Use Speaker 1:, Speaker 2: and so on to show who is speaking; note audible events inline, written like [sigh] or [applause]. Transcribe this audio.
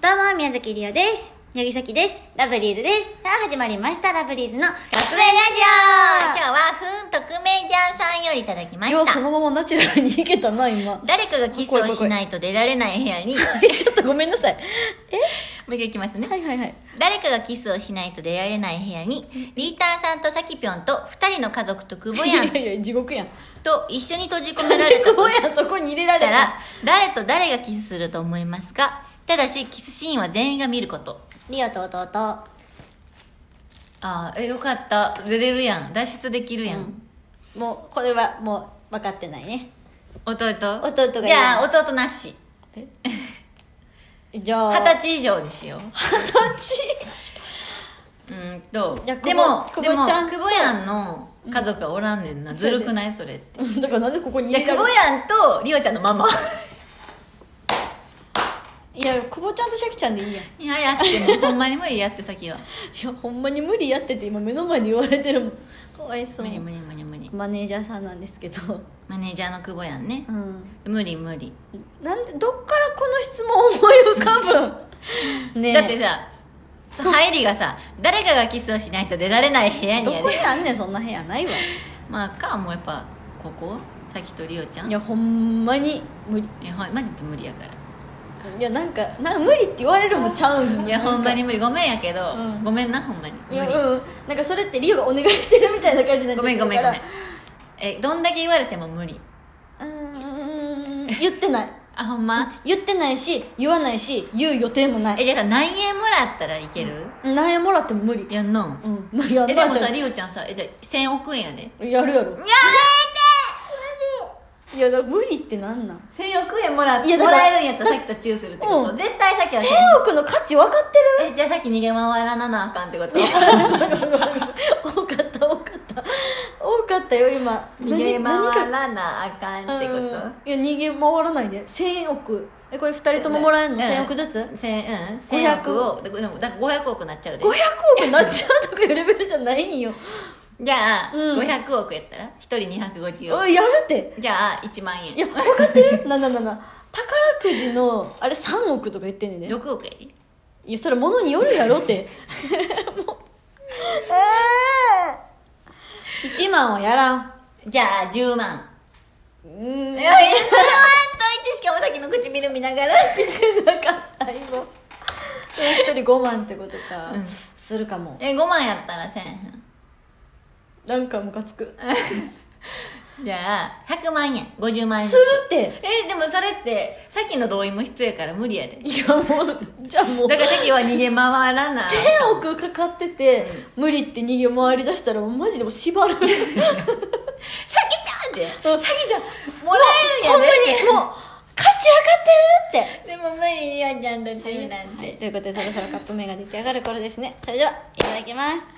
Speaker 1: どうも、宮崎りおです。八木咲です。
Speaker 2: ラブリーズです。
Speaker 1: さあ、始まりました、ラブリーズのラップウェイ
Speaker 2: 今日
Speaker 1: ラジ
Speaker 2: は、ふんとくめじゃんさんよりいただきま
Speaker 1: オ
Speaker 2: し
Speaker 1: そ
Speaker 2: た。
Speaker 1: のままナチュラルにいけたな、 [laughs] 今。
Speaker 2: 誰かがキスをしないと出られない部屋に、も
Speaker 1: ちょっとごめんなさい。
Speaker 2: う一回いきますね。
Speaker 1: はいはいはい。
Speaker 2: 誰かがキスをしないと出られない部屋に、リータンさんとさきぴょんと二人の家族と久保
Speaker 1: い
Speaker 2: [laughs] やん
Speaker 1: やいや、地獄やん。
Speaker 2: と一緒に閉じ込められたとし
Speaker 1: やん、そこに入れられ
Speaker 2: た
Speaker 1: た
Speaker 2: ら
Speaker 1: ら。、
Speaker 2: 誰と誰がキスすると思いますかただし、キスシーンは全員が見ること。
Speaker 1: りおと弟。
Speaker 2: ああ、え、よかった。出れるやん。脱出できるやん。
Speaker 1: もう、これはもう、分かってないね。
Speaker 2: 弟弟
Speaker 1: 弟がいない
Speaker 2: じゃあ、弟なし。
Speaker 1: じゃあ、
Speaker 2: 二十歳以上にしよう。
Speaker 1: 二十
Speaker 2: うーんと
Speaker 1: いや
Speaker 2: でも
Speaker 1: 久保
Speaker 2: でも
Speaker 1: 久保ちゃんと
Speaker 2: 久保やんの家族はおらんねんな、ずるくないそれって
Speaker 1: 歳。だからなんでここに
Speaker 2: いや
Speaker 1: 入れられ
Speaker 2: 久保
Speaker 1: た
Speaker 2: やんとリオちゃんの [laughs] ママ
Speaker 1: いや、久保ちゃんとシャキちゃんでいいやん。い
Speaker 2: いやや [laughs] ってもほんまに無理やって先は
Speaker 1: や、ほんまに無理やってて今目の前に言われてるもん。かわいそ
Speaker 2: 無
Speaker 1: う。
Speaker 2: 理無理無理無理
Speaker 1: マネージャーさんなんですけど。
Speaker 2: マネージャーの久保やんね
Speaker 1: う、ん。
Speaker 2: 無理無理、
Speaker 1: なんで、どっからこの質問思い浮かぶ
Speaker 2: [laughs]
Speaker 1: んねえ
Speaker 2: だってさ入りがさ誰かがキスをしないと出られない部屋
Speaker 1: ど
Speaker 2: にや
Speaker 1: こ
Speaker 2: で
Speaker 1: にあんねん、そんな部屋ないわ。
Speaker 2: まあかもうやっぱここさきとリオちゃん
Speaker 1: い
Speaker 2: いや
Speaker 1: や、ほんまに無理。
Speaker 2: ほんマジで無理やから
Speaker 1: いや、なんか、なんか無理って言われるもちゃうん
Speaker 2: いやほんまに
Speaker 1: 無
Speaker 2: 無理ごめんやけど、
Speaker 1: うん
Speaker 2: ごめんなほんまに [laughs] 無
Speaker 1: いや、
Speaker 2: 理
Speaker 1: うん。なんかそれってリオがお願いしてるみたいな感じになっ
Speaker 2: ご
Speaker 1: ちゃ
Speaker 2: め
Speaker 1: っ
Speaker 2: ん
Speaker 1: てる
Speaker 2: ごめん
Speaker 1: か
Speaker 2: ご
Speaker 1: ら
Speaker 2: めんえどんだけ言われても無理
Speaker 1: うーん、言ってない。
Speaker 2: あほんま
Speaker 1: 言ってないし、言わないし、言う予定もない。
Speaker 2: えだから何円もらったらいける、
Speaker 1: 何円もらっても無理。
Speaker 2: やんの
Speaker 1: うん。まあやん
Speaker 2: え
Speaker 1: な
Speaker 2: で
Speaker 1: あ
Speaker 2: も
Speaker 1: ちゃ
Speaker 2: さ
Speaker 1: ん
Speaker 2: リオちゃんさえじゃあ1000億円やで
Speaker 1: やるやろ。
Speaker 2: や
Speaker 1: いや、だから無理ってなんなん
Speaker 2: めて1000億円もらっ
Speaker 1: いやだ
Speaker 2: も
Speaker 1: から
Speaker 2: らえるんやったらさっきとチューするってこと、
Speaker 1: うん
Speaker 2: 絶対さっきは
Speaker 1: 千億の価値分かってる
Speaker 2: えじゃあさっき逃げ回らななあかんってこと
Speaker 1: 多かった多かった多かったよ今
Speaker 2: 逃げ
Speaker 1: か
Speaker 2: 回らなあかんってこ
Speaker 1: うんい
Speaker 2: と
Speaker 1: や逃げ回らないで1000億えこれ2人とももらえるの、1000億ずつ500
Speaker 2: 千うん千億をでもだから500億なっちゃうで
Speaker 1: 億になっちゃうとかいうレベルじゃないんよ
Speaker 2: じゃあ、
Speaker 1: うん
Speaker 2: 500億やったら1人250億
Speaker 1: おいやるって
Speaker 2: じゃあ1万円
Speaker 1: いや分かってるなななな宝くじのあれ3億とか言ってんねんね
Speaker 2: 6億やで
Speaker 1: いやそれ物によるやろって [laughs] もうええ1万はや [laughs] らん
Speaker 2: じゃあ10万
Speaker 1: うん
Speaker 2: いやいやそれはといてしかもさっきの唇見な
Speaker 1: [laughs]
Speaker 2: がら
Speaker 1: なかった今一人5万ってことか、
Speaker 2: うん
Speaker 1: するかも
Speaker 2: え5万やったらせん
Speaker 1: なんかムカつく
Speaker 2: じゃあ100万円50万円
Speaker 1: するって
Speaker 2: えでもそれってさっきの同意も必要やから無理やで
Speaker 1: いやもうじゃあもう
Speaker 2: だからさっきは逃げ回ら
Speaker 1: [laughs]
Speaker 2: ない
Speaker 1: 1000億かかってて、無理って逃げ回りだしたらもうマジでもう縛るほんま [laughs] に
Speaker 2: さっきぴょんってさっきじゃんもらえるんやで
Speaker 1: もう価値上がってるって
Speaker 2: でも無理リオちゃんと10なんて
Speaker 1: はい、ということでそろそろカップ麺が出来上がる頃ですねそれではいただきます